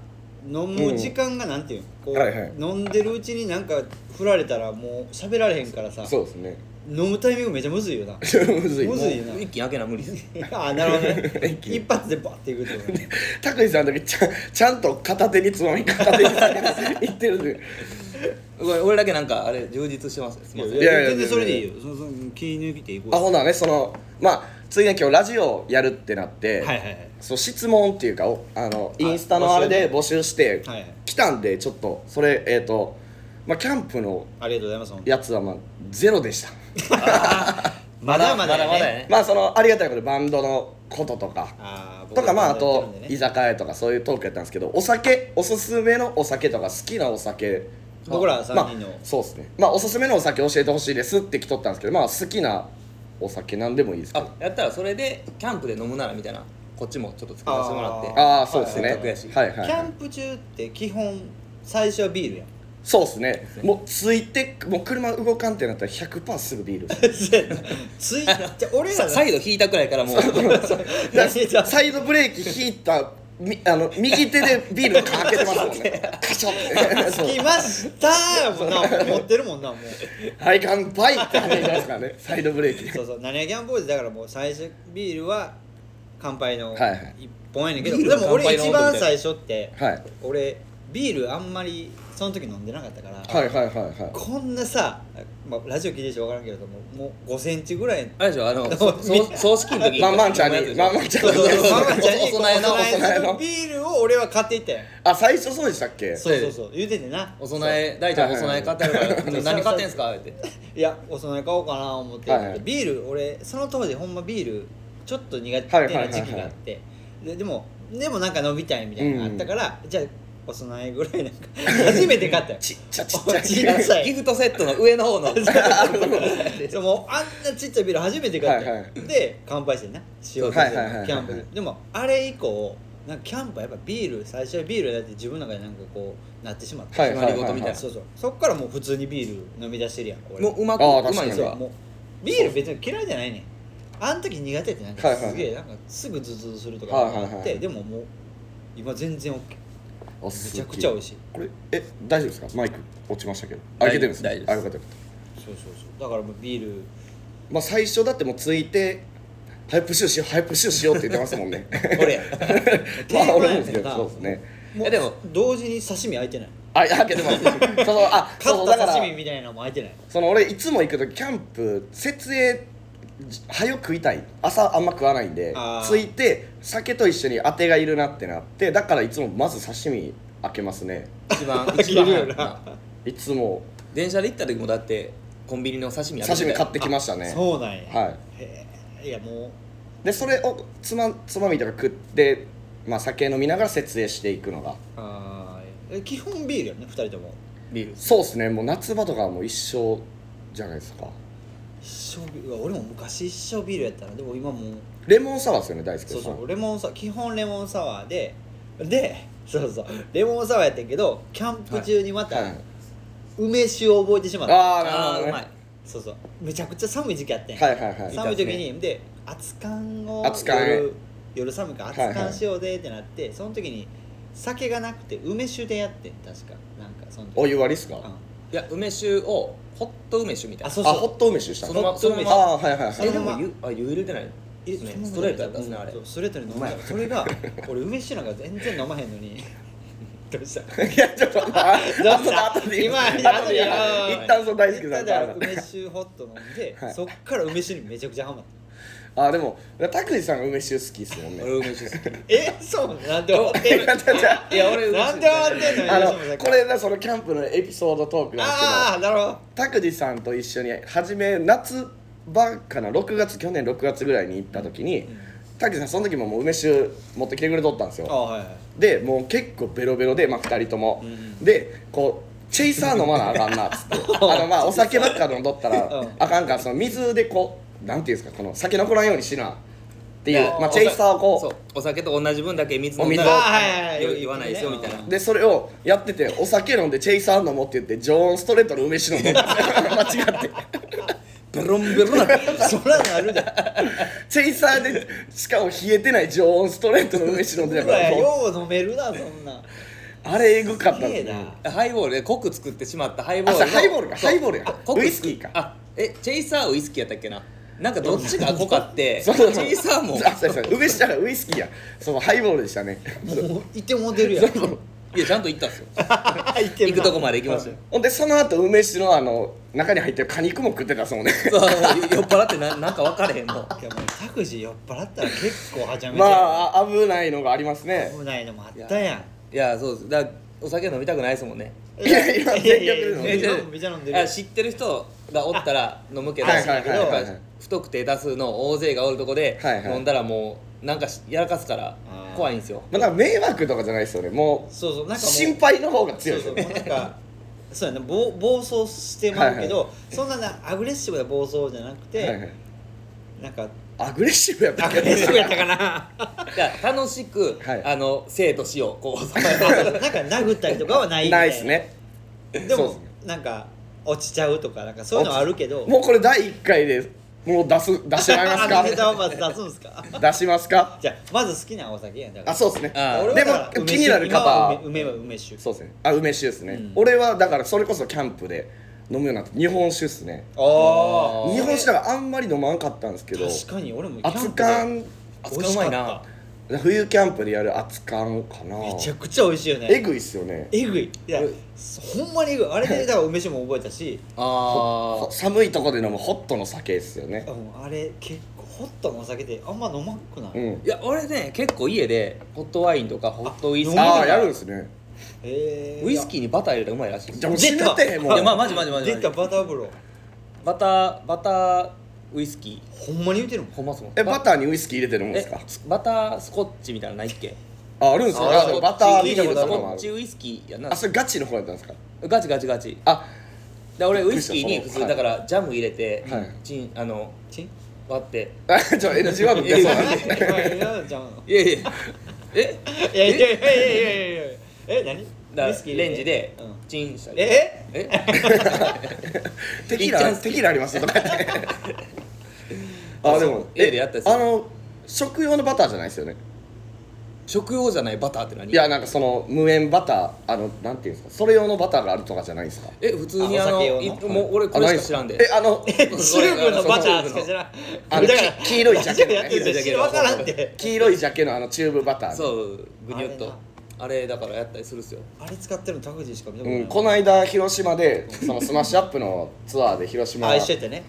Speaker 2: 飲む時間がなんていうのこう
Speaker 1: はいはい
Speaker 2: 飲んでるうちになんか振られたらもう喋られへんからさ
Speaker 1: そうですね
Speaker 2: 飲むタイミングめちゃむずいよな
Speaker 1: むずい
Speaker 2: むずいな
Speaker 3: 一気に開けな無理 です
Speaker 2: あなるほどね
Speaker 1: 気
Speaker 2: 一発でバッていくってことね
Speaker 1: たくじさんだけちゃんちゃんと片手につまみ片手に酒で言ってるん で
Speaker 3: 俺俺だけなんかあれ充実してますすいません
Speaker 1: いやいや
Speaker 2: 全然それでいいよそのその気抜いていこう
Speaker 1: あほんならねそのまあついに今日ラジオやるってなって、
Speaker 2: はいはいはい
Speaker 1: そう質問っていうかおあのインスタのあれで募集して
Speaker 2: はいはい
Speaker 1: 来たんでちょっとそれえっ、とまあキャンプの
Speaker 2: ありがとうございます本当に
Speaker 1: やつはまあゼロでした
Speaker 2: まだまだやね
Speaker 3: まだまだやね
Speaker 1: まあそのありがたいことでバンドのこととか
Speaker 2: あー
Speaker 1: とかまああ
Speaker 2: 僕らバン
Speaker 1: と
Speaker 2: ドやってるんで
Speaker 1: 居
Speaker 2: ね
Speaker 1: 酒屋とかそういうトークやったんですけどお酒おすすめのお酒とか好きなお酒
Speaker 2: 僕ら三人
Speaker 1: まあ
Speaker 2: の、
Speaker 1: そうですねまあおすすめのお酒教えてほしいですって来とったんですけどまあ好きなお酒何でもいいですけど
Speaker 3: あやったらそれでキャンプで飲むならみたいなこっちもちょっとつけさせてもらって
Speaker 2: あ
Speaker 1: ああそうですね
Speaker 3: は
Speaker 1: はい
Speaker 3: いはいはい
Speaker 1: はい、はい、
Speaker 2: キャンプ中って基本最初はビールやん
Speaker 1: そうですねもうついてもう車動かんってなったら100%すぐビ ールです
Speaker 2: そうやなついじゃあ俺ら
Speaker 3: さ
Speaker 2: が
Speaker 3: サイド引いたくらいからもう
Speaker 1: だ
Speaker 2: 何じゃあ
Speaker 1: サイドブレーキ引いたみあの右手でビールの缶開けてますもんね カシャってそう
Speaker 2: 着ましたーもんな持ってるもんなもう
Speaker 1: はい乾杯って感じですからねサイドブレーキで
Speaker 2: そうそう何やギャンボーイズだからもう最初ビールは乾杯の
Speaker 1: はいはい
Speaker 2: 一本やねんけど、
Speaker 3: ビールは
Speaker 2: でも俺
Speaker 3: 乾杯の
Speaker 2: 一
Speaker 3: 音
Speaker 2: 番
Speaker 3: みた
Speaker 2: 最
Speaker 3: い
Speaker 2: 初って、
Speaker 1: はい
Speaker 2: 俺ビールあんまりその時飲んでなかったから、
Speaker 1: はいはいはいはい
Speaker 2: こんなさ、まあ、ラジオ聞いてる人分からんけれどももう5センチぐらい
Speaker 3: あれでしょあのそそう葬式の時に
Speaker 1: まんまんちゃん
Speaker 3: 飲むやつで
Speaker 1: に
Speaker 3: しょ
Speaker 1: まんまんちゃん
Speaker 2: そうそうそう
Speaker 1: に
Speaker 2: ママちゃんに
Speaker 3: お供えの
Speaker 1: お
Speaker 2: こうお
Speaker 1: 供え
Speaker 2: 供え
Speaker 1: の
Speaker 2: のビールを俺は買っていったやん
Speaker 1: あ最初そうでしたっけ
Speaker 2: そうそうそう言うてんねんな
Speaker 3: お供え大ちゃんお供え買ってあるからうん何買ってんすかって
Speaker 2: いやお供え買おうかな思って、
Speaker 1: はいはい
Speaker 2: ビール俺その当時ほんまビールちょっと苦
Speaker 1: はい
Speaker 2: 手
Speaker 1: はいはい
Speaker 2: な
Speaker 1: はい
Speaker 2: 時期があって、ででもでもなんか飲みたいみたいなのがあったから、じゃあお供えぐらいなんか 初めて買ったよ
Speaker 1: ちっちゃちっちゃい
Speaker 2: ち っちゃ
Speaker 3: ギ
Speaker 2: い
Speaker 3: フトセットの上の 方の
Speaker 2: そうもうあんなちっちゃいビール初めて買ったよ、
Speaker 1: はいはい
Speaker 2: で乾杯してんな塩
Speaker 1: はいはいはいはい
Speaker 2: キャンプででもあれ以降なんかキャンプはやっぱビール最初はビールだって自分の中でなんかこうなってしまって、
Speaker 1: はいはいはい
Speaker 3: 決まり事みたいな
Speaker 2: そうそうそっからもう普通にビール飲み出してるやん俺
Speaker 3: もううまく
Speaker 1: あー
Speaker 3: うまいんです
Speaker 2: そ
Speaker 1: 確
Speaker 2: う
Speaker 1: か
Speaker 3: よ
Speaker 2: もうビール別に嫌いじゃないねんあの時苦手ってなん
Speaker 1: は
Speaker 2: か
Speaker 1: いはい
Speaker 2: すげえなんかすぐズズズするとか
Speaker 1: はい
Speaker 2: あっ
Speaker 1: は
Speaker 2: て、
Speaker 1: いはい
Speaker 2: でももう今全然 OK
Speaker 1: め
Speaker 2: めちゃくちゃ美味しい
Speaker 1: これえ大丈夫ですかマイク落ちましたけど開けてるんですね
Speaker 3: 大丈夫です
Speaker 1: あよかったよかっ
Speaker 2: そうそうそうだからもうビール
Speaker 1: たまあ最初だってもうついて早くプッシュしよう早くプッシュしようって言ってますも んね
Speaker 3: 俺や
Speaker 1: まあ
Speaker 2: 定番
Speaker 1: 俺も
Speaker 2: やねんな
Speaker 1: ですけどそうですね
Speaker 2: もう
Speaker 3: えでも
Speaker 2: 同時に刺身開いてない
Speaker 1: あ開 けてますそのあ
Speaker 2: 買
Speaker 1: そう
Speaker 2: っ
Speaker 1: だか
Speaker 2: た
Speaker 1: ら
Speaker 2: 刺身みたいなのも開いてない
Speaker 1: その俺いつも行く時キャンプ設営じ早く食いたい朝あんま食わないんで
Speaker 2: あー
Speaker 1: ついて酒と一緒にあてがいるなってなってだからいつもまず刺身開けますね
Speaker 3: 一番
Speaker 2: 切
Speaker 3: 一
Speaker 2: る
Speaker 3: 番
Speaker 2: よ
Speaker 3: 早
Speaker 2: ない
Speaker 3: ない
Speaker 1: つも
Speaker 3: 電車で行った時もだってコンビニの刺身や
Speaker 1: 刺身買
Speaker 3: て
Speaker 1: ってきましたね
Speaker 2: そうなんや
Speaker 1: は
Speaker 2: へえいやも
Speaker 1: いでそれをつまつまみとか食って、まあ、酒飲みながら設営していくのが
Speaker 2: うあーえ基本ビールやね2人とも
Speaker 3: ビール
Speaker 1: そうですねもう夏場とかはもう一生じゃないですか
Speaker 2: 一生ビールうわ俺も昔一生ビールやったなでも今もう
Speaker 1: レモンサワーですよね大好き
Speaker 2: そうそうレモンサワー基本レモンサワーででそうそうレモンサワーやったんやけどキャンプ中にまた
Speaker 1: はい
Speaker 2: 梅酒を覚えてしまった、
Speaker 1: あ
Speaker 3: あ
Speaker 1: あ
Speaker 3: ー
Speaker 1: な
Speaker 3: う
Speaker 1: るほ
Speaker 3: ま
Speaker 1: ど
Speaker 3: い
Speaker 1: ね
Speaker 2: そうそうめちゃくちゃ寒い時期やってん、
Speaker 1: はいはいはい
Speaker 2: 寒い時に、で熱燗を
Speaker 1: 熱燗
Speaker 2: 夜夜寒いから
Speaker 1: はいはい
Speaker 2: 熱燗しようぜってなって、その時に酒がなくて梅酒でやってん確かなんかその時
Speaker 1: お湯割りっすか、
Speaker 2: うん
Speaker 3: いや梅酒をホット梅酒みたいな
Speaker 2: あそ
Speaker 1: あ
Speaker 2: う
Speaker 1: ホット梅酒した
Speaker 3: そのま
Speaker 2: ホット
Speaker 3: その
Speaker 2: 梅
Speaker 3: ま
Speaker 2: 酒
Speaker 3: ま
Speaker 1: ああーはいはいはい
Speaker 2: そ
Speaker 3: え
Speaker 2: の
Speaker 3: で
Speaker 2: まま
Speaker 3: も湯あ湯入れてないの
Speaker 2: え
Speaker 3: ね
Speaker 2: そんなことない
Speaker 3: ストレートやったんですね
Speaker 2: うん
Speaker 3: あれ
Speaker 2: そうストレートに飲んだよそれが俺梅酒なんか全然飲まへんのにどうした
Speaker 1: いやちょっとまあ
Speaker 2: どう
Speaker 1: 後で
Speaker 2: した
Speaker 1: 後で
Speaker 2: 今
Speaker 1: 後で
Speaker 2: 後で
Speaker 1: 一旦その大好きさ
Speaker 2: た
Speaker 1: んと
Speaker 2: だ
Speaker 1: 話
Speaker 2: 梅酒ホット飲んで、
Speaker 1: はい
Speaker 2: そっから梅酒にめちゃくちゃハマった
Speaker 1: あでも拓司さんが梅酒好きっすもんね
Speaker 3: 俺梅酒 好き
Speaker 2: えそうなんで思ってんの
Speaker 3: いや俺梅酒
Speaker 2: なんで終わってんの
Speaker 1: あ
Speaker 2: 吉本さ
Speaker 1: の
Speaker 2: ん
Speaker 1: これなそのキャンプのエピソードトークなんですけど
Speaker 2: ああなるほど
Speaker 1: 拓司さんと一緒に初め夏場かな6月去年6月ぐらいに行った時に
Speaker 2: ん
Speaker 1: 拓司さんその時ももう梅酒持ってきてくれとったんです
Speaker 2: あ
Speaker 1: よ
Speaker 2: あはいはい
Speaker 1: でもう結構ベロベロで、まあ、2人とも、
Speaker 2: うん
Speaker 1: でこうチェイサー飲まなあかんなっつって あのまあお酒ばっか飲んどったら、
Speaker 2: うん
Speaker 1: あかんからその水でこうなんていうんですかこの酒残らんようにしなっていう
Speaker 3: や
Speaker 1: まあ、チェイサーを
Speaker 3: そ
Speaker 1: こ
Speaker 3: うお酒と同じ分だけ水飲ん
Speaker 1: お水
Speaker 3: だ
Speaker 1: を
Speaker 3: ら
Speaker 2: あはいはいはい
Speaker 3: よ言わないですよみたいな
Speaker 2: う
Speaker 1: うでそれをやっててお酒飲んでチェイサー飲もうって言って常温ストレートの梅酒飲んで 間違って
Speaker 3: ベロンベロンなって
Speaker 2: そらなるで
Speaker 1: チェイサーでしかも冷えてない常温ストレートの梅酒飲んでた
Speaker 2: う
Speaker 1: か
Speaker 2: わ
Speaker 1: らもう
Speaker 2: よう飲めるなそんな
Speaker 1: あれエグかったん
Speaker 2: すげ
Speaker 1: です
Speaker 2: えな
Speaker 1: ね
Speaker 3: ハイボールで濃く作ってしまったハイボ
Speaker 1: あ
Speaker 3: ー
Speaker 1: そう
Speaker 3: ルの
Speaker 1: ハイボールか
Speaker 3: そう
Speaker 1: ハイボールや
Speaker 3: 濃く
Speaker 1: ウイスキーか
Speaker 3: あえチェイサーウイスキーやったっけななんかどっちが濃かって チ
Speaker 1: そうそうそう
Speaker 3: ェイサーも
Speaker 1: あそうそう梅酒だからウイスキーやそのハイボールでした ね
Speaker 2: もういてもうてるやん
Speaker 3: いやちゃんと行ったんですよ
Speaker 2: いてる
Speaker 3: 行
Speaker 2: な
Speaker 3: くとこまで行きましたよ
Speaker 1: ほんでその後梅酒のあの中に入ってる果肉も食ってた そうね
Speaker 3: そう酔っ払ってななんか分かれへんの
Speaker 2: いやもう拓司酔っ払ったら結構はちゃめち
Speaker 1: ま
Speaker 2: ゃや
Speaker 1: ああ危ないのがありますね
Speaker 2: 危ないのもあったやん
Speaker 3: いやそうですだからお酒飲みたくないですもんね
Speaker 1: いやいや
Speaker 2: いやいやい
Speaker 1: 飲ん
Speaker 2: や
Speaker 1: で
Speaker 2: い
Speaker 1: る
Speaker 2: やめっちゃ飲んでる
Speaker 3: あ知ってる人がおったら飲むけど
Speaker 1: はいはいはいはいはい
Speaker 3: やっぱ太くて多数の大勢がおるとこで
Speaker 1: はいはい
Speaker 3: 飲んだらもうなんかしやらかすから
Speaker 2: あー
Speaker 3: 怖いんですよ
Speaker 1: まあ、なんか迷惑とかじゃないですよねも
Speaker 2: そうそうなん
Speaker 1: う
Speaker 2: かもう
Speaker 1: 心配の方が強いですよね
Speaker 2: そうそうもうなんかそうやな暴暴走してまうけど、そんななアグレッシブな暴走じゃなくて、
Speaker 1: はいはい
Speaker 2: なんか
Speaker 1: アグレッシブやった
Speaker 2: ア
Speaker 1: っ
Speaker 2: グ
Speaker 1: け
Speaker 2: レッシブやったかな
Speaker 3: いや楽しく、
Speaker 1: はい
Speaker 3: あの生と死をこう
Speaker 2: なんか殴ったりとかはない み
Speaker 1: な
Speaker 2: た
Speaker 1: いですね
Speaker 2: で
Speaker 1: そう
Speaker 2: も
Speaker 1: っすね
Speaker 2: なんか落ちちゃうとかなんかそういうのはあるけど
Speaker 1: もうこれ第1回でもう出す出してもらいま
Speaker 2: あのネ
Speaker 1: す
Speaker 2: タをまず出すんですか
Speaker 1: か出しますか
Speaker 2: じゃあまず好きなお酒やんだから
Speaker 1: あそうですね
Speaker 3: あー
Speaker 2: 俺は
Speaker 1: で
Speaker 2: だから
Speaker 1: も
Speaker 2: 梅
Speaker 1: 気
Speaker 2: 酒
Speaker 1: になる方は
Speaker 2: 今は梅梅は梅酒
Speaker 1: そうですねあ梅酒ですね、
Speaker 2: うん
Speaker 1: 俺はだからそれこそキャンプで飲むようになって日本酒ですね
Speaker 2: あ
Speaker 3: ー
Speaker 1: 日本酒だからあんまり飲まんかったんですけど
Speaker 2: 確かに俺もキャンプで
Speaker 1: 熱燗
Speaker 3: 扱うまいな
Speaker 1: 冬キャンプでやる熱燗かな
Speaker 2: めちゃくちゃ美味しいよね
Speaker 1: えぐいっすよね
Speaker 2: えぐいいや
Speaker 3: えぐい
Speaker 2: ほんまにえぐいあれでだから梅酒も覚えたし
Speaker 3: あ
Speaker 1: ほ寒いとこで飲むホットの酒っすよね
Speaker 2: うんあれ結構ホットのお酒であんま飲まんくない、
Speaker 1: う
Speaker 2: へ
Speaker 1: ん
Speaker 3: いや俺ね結構家でホットワインとかホットウイスキー
Speaker 1: あ
Speaker 3: と
Speaker 1: あ
Speaker 3: か
Speaker 1: やるんですね
Speaker 2: え
Speaker 3: ウイスキーにバター入れたらうまいらしいです
Speaker 1: じゃあもう死ぬて
Speaker 2: 出た
Speaker 1: も
Speaker 3: いやまあ
Speaker 1: う
Speaker 3: マジマジマジ
Speaker 2: 出
Speaker 3: マジ
Speaker 2: たバター風呂
Speaker 3: バターバターウイスキ
Speaker 2: ほんまに言うてるもん
Speaker 3: ーほんますもん
Speaker 1: えバターにウイスキー入れて飲むんですか
Speaker 3: えバタースコッチみたいなのないっけ
Speaker 1: ああるんです
Speaker 2: あ
Speaker 1: かあ
Speaker 2: ー
Speaker 1: でもバター見たことあるかも
Speaker 3: スコッチウイスキーやな
Speaker 1: あそれガチの方やったんですか
Speaker 3: ガチガチガチ
Speaker 1: あ
Speaker 3: で俺ウイスキーに
Speaker 1: びっく
Speaker 3: 普
Speaker 1: りしたそ
Speaker 3: 通
Speaker 1: の
Speaker 3: だからジャム入れて、
Speaker 1: はい
Speaker 3: チンあの
Speaker 2: チン
Speaker 3: 割って
Speaker 1: あちょ NG ワード出そうなんで
Speaker 2: いやいやじゃあ
Speaker 3: いやいやえ
Speaker 2: いやいやいやいやいやいやえ
Speaker 3: だ
Speaker 2: 何
Speaker 3: か
Speaker 2: ウイ
Speaker 3: ら
Speaker 2: スキー
Speaker 3: レンジで
Speaker 2: うん
Speaker 3: チンしたり
Speaker 2: え
Speaker 3: え
Speaker 1: テキー
Speaker 3: いっちゃ
Speaker 1: ラ
Speaker 3: ん好き
Speaker 1: テキーラありますとか言ってあでも
Speaker 3: そう家でやったやつ
Speaker 1: あの食用のバターじゃないですよね
Speaker 3: 食用じゃないバターって何
Speaker 1: いやなんかその無塩バターあのなんていうんですかそれ用のバターがあるとかじゃないんですか
Speaker 3: え普通にあ
Speaker 2: あお
Speaker 3: の
Speaker 2: 酒用の
Speaker 3: いもう俺これしか知らんで
Speaker 1: あ ないですかえあの
Speaker 2: シルブのバターしか知らん
Speaker 1: あの
Speaker 2: だから
Speaker 1: き黄色いジャケットね
Speaker 2: ラジオやってる人わからんって
Speaker 1: 黄色いジャケのあのチューブバターね
Speaker 3: そうぐにゅっとあれだからやったりするっすよ
Speaker 2: あれ使ってるのタクジーしか見たこと
Speaker 1: う
Speaker 2: ない、
Speaker 1: ん、この間広島でそのスマッシュアップのツアーで広島
Speaker 2: あ一緒やっ
Speaker 1: 行
Speaker 2: たね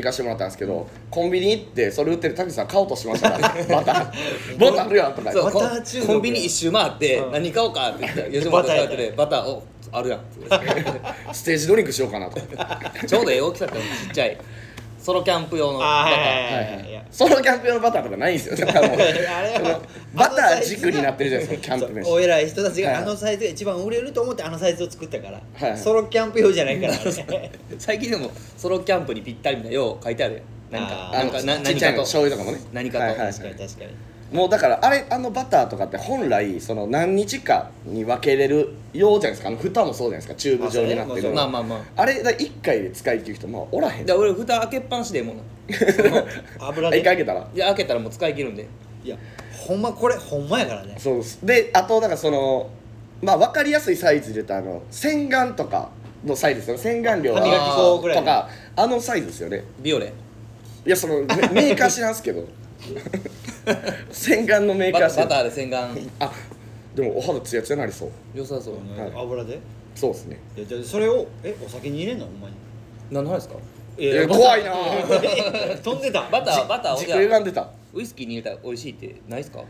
Speaker 1: かしてもらったんですけどコンビニ行ってそれ売ってるタキさん買おうとしましたから バターバターあるやんとか
Speaker 3: そう
Speaker 2: バタ
Speaker 3: コ
Speaker 2: ー
Speaker 3: ン
Speaker 2: 中毒
Speaker 3: コンビニ一周回って
Speaker 2: うん
Speaker 3: 何買おうかって言ったら吉本さんやっててバターおあるやんって言って
Speaker 1: ステージドリンクしようかなと思 って
Speaker 3: ちょうどええ大きさってちっちゃいソロキャンプ用のバ
Speaker 2: あ
Speaker 3: タ
Speaker 2: ー
Speaker 3: ー
Speaker 2: はいはいはいいや
Speaker 1: そのキャンプ用のバターとかないんですよだからもう
Speaker 2: あれは
Speaker 1: バター軸になってるじゃないですかキャンプ飯
Speaker 2: そうお偉い人たち
Speaker 1: はい
Speaker 2: があのサイズが一番売れると思ってあのサイズを作ったから、
Speaker 1: はい
Speaker 2: ソロキャンプ用じゃないから ね
Speaker 3: 最近でもソロキャンプにぴったりみたいなよう 書いてあるやんなんか
Speaker 2: あ
Speaker 1: あ
Speaker 2: ー
Speaker 3: なん
Speaker 1: の
Speaker 3: かな
Speaker 1: ちっ
Speaker 3: 何
Speaker 1: ちゃ
Speaker 3: か
Speaker 1: いの
Speaker 3: と
Speaker 1: 醤油とかもね
Speaker 3: 何かと
Speaker 1: はいはいはい
Speaker 2: 確かに確かに
Speaker 1: もうだからあれあのバターとかって本来その何日かに分けれるようじゃないですかあの蓋もそうじゃないですかチューブ状になって
Speaker 2: あそう
Speaker 1: る
Speaker 2: ね
Speaker 3: まあまあまあ
Speaker 1: あれだ1回で使い切る人まあおらへん
Speaker 3: で俺蓋開けっぱなしでもうな
Speaker 2: 油
Speaker 1: 一回
Speaker 2: で
Speaker 1: 開けたら
Speaker 3: で開けたらもう使い切るんで
Speaker 2: いやほんまこれほんまやからね
Speaker 1: そうですであとだからそのまあ分かりやすいサイズで言うとあの洗顔とかのサイズですよね洗顔料
Speaker 2: 歯磨き粉ぐらい
Speaker 1: とかあのサイズですよね
Speaker 3: ビオレ
Speaker 1: いやそのメメーカー知らんすけ ど洗顔のメー
Speaker 3: バ
Speaker 1: カー
Speaker 3: タ
Speaker 1: 知ら
Speaker 3: バ
Speaker 1: ん
Speaker 3: ターで洗顔
Speaker 1: あでもお肌ツヤツヤなりそう
Speaker 3: 良さそう
Speaker 2: この
Speaker 1: はい
Speaker 2: 油で
Speaker 1: そうですね
Speaker 2: いやじゃあそれをえお酒に入れんのほんまに
Speaker 3: 何の話ですか
Speaker 2: い
Speaker 1: いや怖いなぁ
Speaker 2: え 飛んでた
Speaker 3: バターバター
Speaker 1: 軸
Speaker 3: じゃあ
Speaker 1: 歪んでた
Speaker 3: ウイスキーに入れたら美味しいってないですか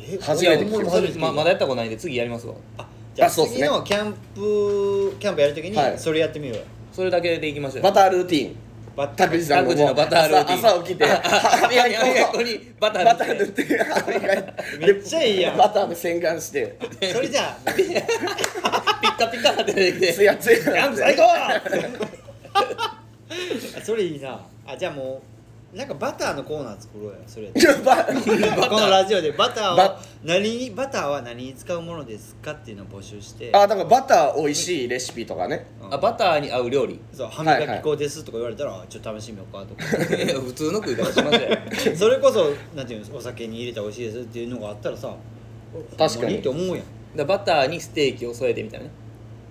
Speaker 2: え
Speaker 1: 初めて聞きました
Speaker 2: いやもう
Speaker 3: そ
Speaker 2: 初めて
Speaker 3: れ
Speaker 2: 聞いた
Speaker 3: ままだやったことないんで次やりますわ
Speaker 2: あじゃあ
Speaker 1: あそうっすね
Speaker 2: 次のキャンプキャンプやるとき
Speaker 1: はい
Speaker 2: にそれやってみようよ
Speaker 3: それだけでいきましょう
Speaker 1: バタールーティン
Speaker 2: バッタ
Speaker 1: 拓司さんも
Speaker 3: 拓司のバタールーティン
Speaker 1: 朝朝起きて歯磨き粉
Speaker 3: 歯磨き粉にバター塗
Speaker 1: バ
Speaker 3: って
Speaker 1: ター塗って歯磨いて
Speaker 2: めっちゃいいやん
Speaker 1: バターで洗顔して
Speaker 2: それじゃあ
Speaker 3: ピッカピカって出てきて
Speaker 1: ツヤツ
Speaker 3: キ
Speaker 1: ヤ
Speaker 3: ャ
Speaker 1: なん
Speaker 3: ンプ
Speaker 1: で
Speaker 3: 最高
Speaker 2: あそれいいなあじゃあもうなんかバターのコーナー作ろうやそれやっ
Speaker 1: い
Speaker 2: た
Speaker 1: や バ
Speaker 2: らこのラジオでバターを
Speaker 1: バ
Speaker 2: 何にバターは何に使うものですかっていうのを募集して
Speaker 1: あだからバター美味しいレシピとかね
Speaker 3: あバターに合う料理
Speaker 2: そう歯磨き粉ですとか言われたら、あちょっと試してみようか とか
Speaker 3: いや普通の食い方しません
Speaker 2: それこそなんていうんですお酒に入れたら美味しいですっていうのがあったらさ
Speaker 1: 確
Speaker 2: ほん
Speaker 1: か
Speaker 2: ま
Speaker 1: に
Speaker 2: って思うやん
Speaker 3: だからバターにステーキを添えてみたいなね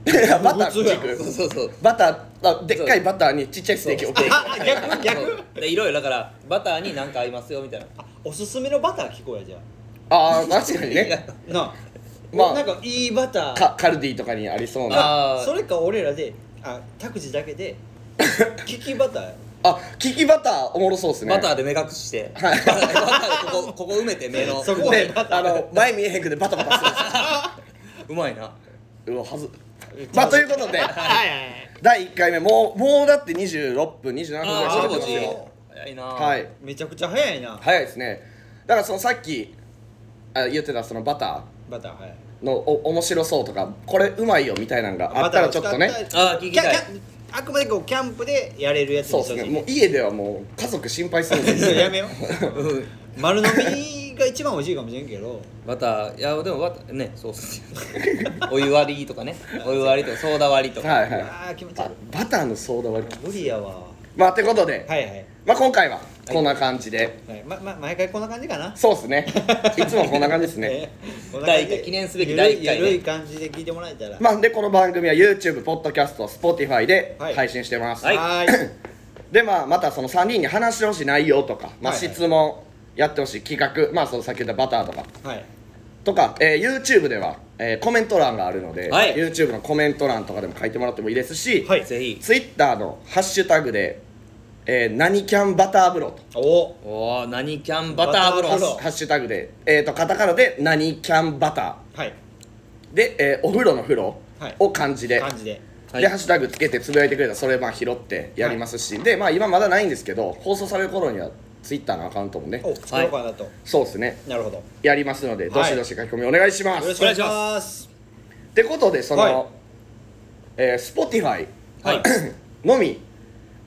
Speaker 1: いやバター
Speaker 2: 普通やん
Speaker 3: そう
Speaker 1: 軸
Speaker 3: そうそう
Speaker 1: バターあでっかいバターにちっちゃいステーキ置く
Speaker 2: あ逆逆
Speaker 3: そうでいろいろだからバターに何か合いますよみたいな
Speaker 2: あおすすめのバター聞こうやじゃ
Speaker 1: ああ確かに
Speaker 3: い
Speaker 1: ね
Speaker 3: や
Speaker 2: あなあ、
Speaker 1: まあ
Speaker 2: なんかいいバター
Speaker 1: カカルディとかにありそうな
Speaker 3: あー
Speaker 2: それか俺らであタクジだけ でキキバター
Speaker 1: あキキバターおもろそうですね
Speaker 3: バターで目隠しして、バターでここここ埋めて目の
Speaker 2: そこ
Speaker 1: で
Speaker 2: バター
Speaker 1: あの前見えへんくでバタバタするんです
Speaker 3: うまいな
Speaker 1: ようわはずまあということで
Speaker 2: はいはいはい
Speaker 1: 第1回目もうもうだって26分27分ぐらい喋
Speaker 3: あ
Speaker 1: って
Speaker 3: ー
Speaker 1: ます
Speaker 2: あ
Speaker 1: よ
Speaker 3: 早いな
Speaker 1: はい
Speaker 2: めちゃくちゃ早いな
Speaker 1: 早いですねだからそのさっきあ言ってたそのバタ
Speaker 2: バターはい
Speaker 1: ーのお面白そうとかこれうまいよみたいなのがあったらちょっとね
Speaker 3: あー聞きたい
Speaker 2: キャキャあくまでこうキャンプでやれるやつ
Speaker 1: そう
Speaker 2: に
Speaker 1: で
Speaker 2: し
Speaker 1: す
Speaker 2: て
Speaker 1: ね
Speaker 2: ほしい
Speaker 1: もう家ではもう家族心配するんです
Speaker 2: いやや
Speaker 1: よ
Speaker 2: めよう丸飲みが一番美味しいかもしれんけど
Speaker 3: バターいやでもバターねそうっ すねお湯割りとかねお湯割りとかソーダ割りとか、
Speaker 1: はいはい
Speaker 2: ああ気持ち悪
Speaker 1: あ
Speaker 2: い
Speaker 1: バターのソーダ割り
Speaker 2: 無理やわ
Speaker 1: まあってことで、
Speaker 2: はいはい
Speaker 1: まあ今回はこんな感じで、
Speaker 2: はいまま毎回こんな感じかな
Speaker 1: そうですねいつもこんな感じですね
Speaker 2: えーこんな感
Speaker 3: 第一
Speaker 2: じ
Speaker 3: 回記念すべき
Speaker 2: ゆるい
Speaker 3: 第一回ね
Speaker 2: ゆるい感じで聞いてもらえたら
Speaker 1: まあでこの番組は YouTube、Podcast、Spotify で
Speaker 2: はい
Speaker 1: 配信してます、
Speaker 3: はい
Speaker 2: はーい
Speaker 1: でまあまたその3人に話してほしい内容とか、まあ、
Speaker 2: はいはい
Speaker 1: 質問やってほしい企画まあそのさっき言ったバターとか
Speaker 2: はい
Speaker 1: とか、えー YouTube では、えーコメント欄があるので、
Speaker 3: はい
Speaker 1: YouTube のコメント欄とかでも書いてもらってもいいですし、
Speaker 2: はい
Speaker 3: ぜひ
Speaker 1: Twitter のハッシュタグで「えー何キャンバター風呂」と
Speaker 2: お
Speaker 3: おお何キャンバター風
Speaker 2: バター
Speaker 1: ハ
Speaker 2: 風呂
Speaker 3: 呂
Speaker 1: ッハッシュタグで、えー、とカタカナで「何キャンバター
Speaker 2: はい」
Speaker 1: で、えーお風呂の風呂
Speaker 2: はい
Speaker 1: を漢字で、
Speaker 2: 感じで
Speaker 3: はい
Speaker 1: で、ハッシュタグつけてつぶやいてくれたらそれまあ拾ってやりますし、でまあ今まだないんですけど放送される頃にはツイッターのアカウントもね
Speaker 2: お作ろうかなと
Speaker 1: そうですね
Speaker 2: なるほどよ
Speaker 1: やりますのでどしどし書き込みお願いします、
Speaker 2: ろしくお願いします
Speaker 1: ってことでその、
Speaker 2: はい
Speaker 1: えー、Spotify
Speaker 3: はい
Speaker 1: のみ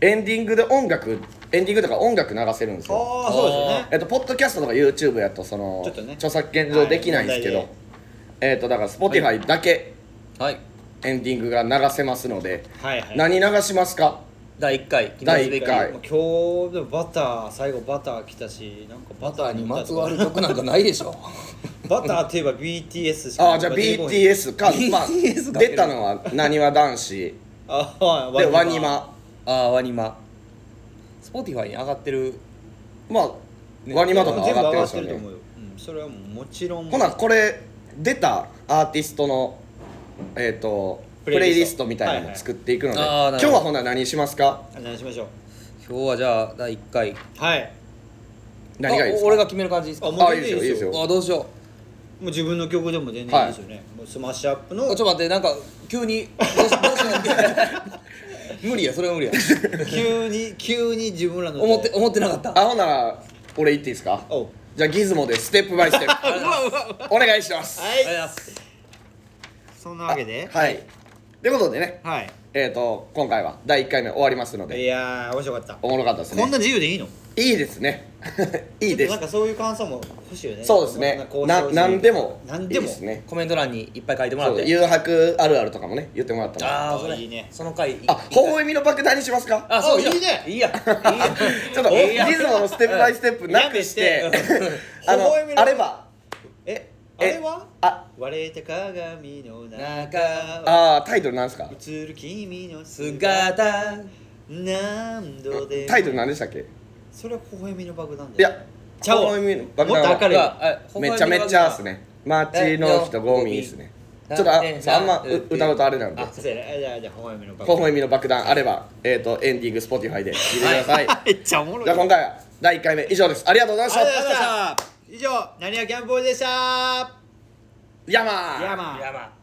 Speaker 1: エンディングで音楽エンディングとか音楽流せるんです
Speaker 2: あ
Speaker 1: よ
Speaker 2: あそうですよね
Speaker 1: えっとポッドキャストとか YouTube やとその
Speaker 2: ちょっとね
Speaker 1: 著作権上できないんですけど、
Speaker 2: はい問
Speaker 1: えっとだから Spotify だけ
Speaker 3: はい
Speaker 1: エンディングが流せますので、
Speaker 2: はいはい
Speaker 1: 何流しますか
Speaker 3: 第1回記念すべき
Speaker 1: 第一回
Speaker 2: もう今日でもバター最後バター来たしなんかバターに
Speaker 3: まつわる曲なんかないで しょ
Speaker 2: バターといえば BTS し
Speaker 1: ああじゃあ
Speaker 2: 15
Speaker 1: BTS か、まあ、
Speaker 3: BTS が
Speaker 1: 出たのはなにわ男子
Speaker 2: あはい
Speaker 1: でワニマ
Speaker 3: ああワニマスポティファイに上がってる
Speaker 1: まあ、
Speaker 3: ね
Speaker 1: ワニマと
Speaker 2: 全部
Speaker 1: か上がってるんですよ
Speaker 2: 上が
Speaker 1: ね
Speaker 2: と思うよ、うん、それはもうもちろん
Speaker 1: ほなこれ出たアーティストのえっ、とプ
Speaker 2: プ
Speaker 1: レ
Speaker 2: レ
Speaker 1: イ
Speaker 2: イ
Speaker 1: リ
Speaker 2: リ
Speaker 1: ス
Speaker 2: ス
Speaker 1: ト
Speaker 2: ト
Speaker 1: みたいなのを作っていくので、
Speaker 3: はいはいあー
Speaker 1: 今
Speaker 3: なる
Speaker 1: 日
Speaker 3: ほど
Speaker 1: はほな何しますか
Speaker 2: 何しましょう
Speaker 3: 今日はじゃあ第1回
Speaker 2: はい
Speaker 1: 何がいいです
Speaker 3: あ
Speaker 1: か
Speaker 3: 俺が決める感じですか
Speaker 2: あ
Speaker 3: あ
Speaker 2: も
Speaker 1: あいいですよいい
Speaker 2: 全然
Speaker 1: で
Speaker 2: いいですす
Speaker 1: よ
Speaker 2: よ
Speaker 3: どうしよ
Speaker 2: もう自分の曲でも全然いいですよね、もうスマッシュアップの
Speaker 3: うあちょっと待ってなんか急にどうしどうしよう無理やそれは無理や
Speaker 2: 急に急に自分らの
Speaker 3: 思って思ってなかった
Speaker 1: あほなら俺言っていいですか
Speaker 2: おう
Speaker 1: じゃあギズモでステップバイステップお願いします
Speaker 2: は
Speaker 3: あり
Speaker 2: い
Speaker 3: がとうございます
Speaker 2: そんなわけで
Speaker 1: はいってことでね
Speaker 2: はい
Speaker 1: えー、と今回は第1回目終わりますの
Speaker 2: い
Speaker 1: で
Speaker 2: やー面白かった
Speaker 1: おもろかったですね
Speaker 2: こんな自由でいいの
Speaker 1: いいですね いいで
Speaker 2: ちょっ
Speaker 1: す
Speaker 2: となんかそういう感想も欲しいよね
Speaker 1: そうですねな何でも
Speaker 2: 何でも
Speaker 1: いいですね
Speaker 3: コメント欄にいっぱい書いてもらっ
Speaker 1: そう
Speaker 3: て
Speaker 1: 誘惑あるあるとかもね言ってもらったら
Speaker 3: ああそ
Speaker 2: あ
Speaker 3: れ
Speaker 2: いいね
Speaker 3: その回い
Speaker 1: あ微笑みの爆弾にしますか
Speaker 3: あそう
Speaker 2: あ
Speaker 3: いいや
Speaker 2: いいね
Speaker 3: いいやいいや
Speaker 1: ちょっと
Speaker 3: いい
Speaker 1: リ
Speaker 3: や
Speaker 1: ズムのステップバイステップなくして
Speaker 3: やめて
Speaker 1: あ
Speaker 2: 微笑み
Speaker 1: の
Speaker 2: の
Speaker 1: あれば
Speaker 2: えあ
Speaker 1: え
Speaker 2: れは
Speaker 1: あ
Speaker 2: 割れた鏡の中
Speaker 1: あータイトルなんですか
Speaker 2: 映る君の姿
Speaker 3: 姿
Speaker 2: 何度でも
Speaker 1: タイトル何でしたっけ
Speaker 2: それは微笑みの爆弾だよ
Speaker 1: いや
Speaker 2: ちゃお
Speaker 1: 微
Speaker 2: う
Speaker 1: 笑みの爆弾
Speaker 2: もっと明るい
Speaker 1: めちゃめちゃですね街の人ゴミですねちょっとああんまう歌うとあれなんで
Speaker 2: せやなじゃあじゃあ微笑みの爆
Speaker 1: 微
Speaker 2: 弾
Speaker 1: 笑みの爆弾あればえっとエンディング Spotify で聞いてくださいじ
Speaker 2: めっちゃおもろい
Speaker 1: ゃあ今回は第1回目以上ですありがとうございま
Speaker 2: ありがとう
Speaker 1: し
Speaker 2: ござい
Speaker 1: た
Speaker 2: ました以上なにわキャンプボーイでした
Speaker 1: ヤマー
Speaker 2: ヤマー
Speaker 3: 山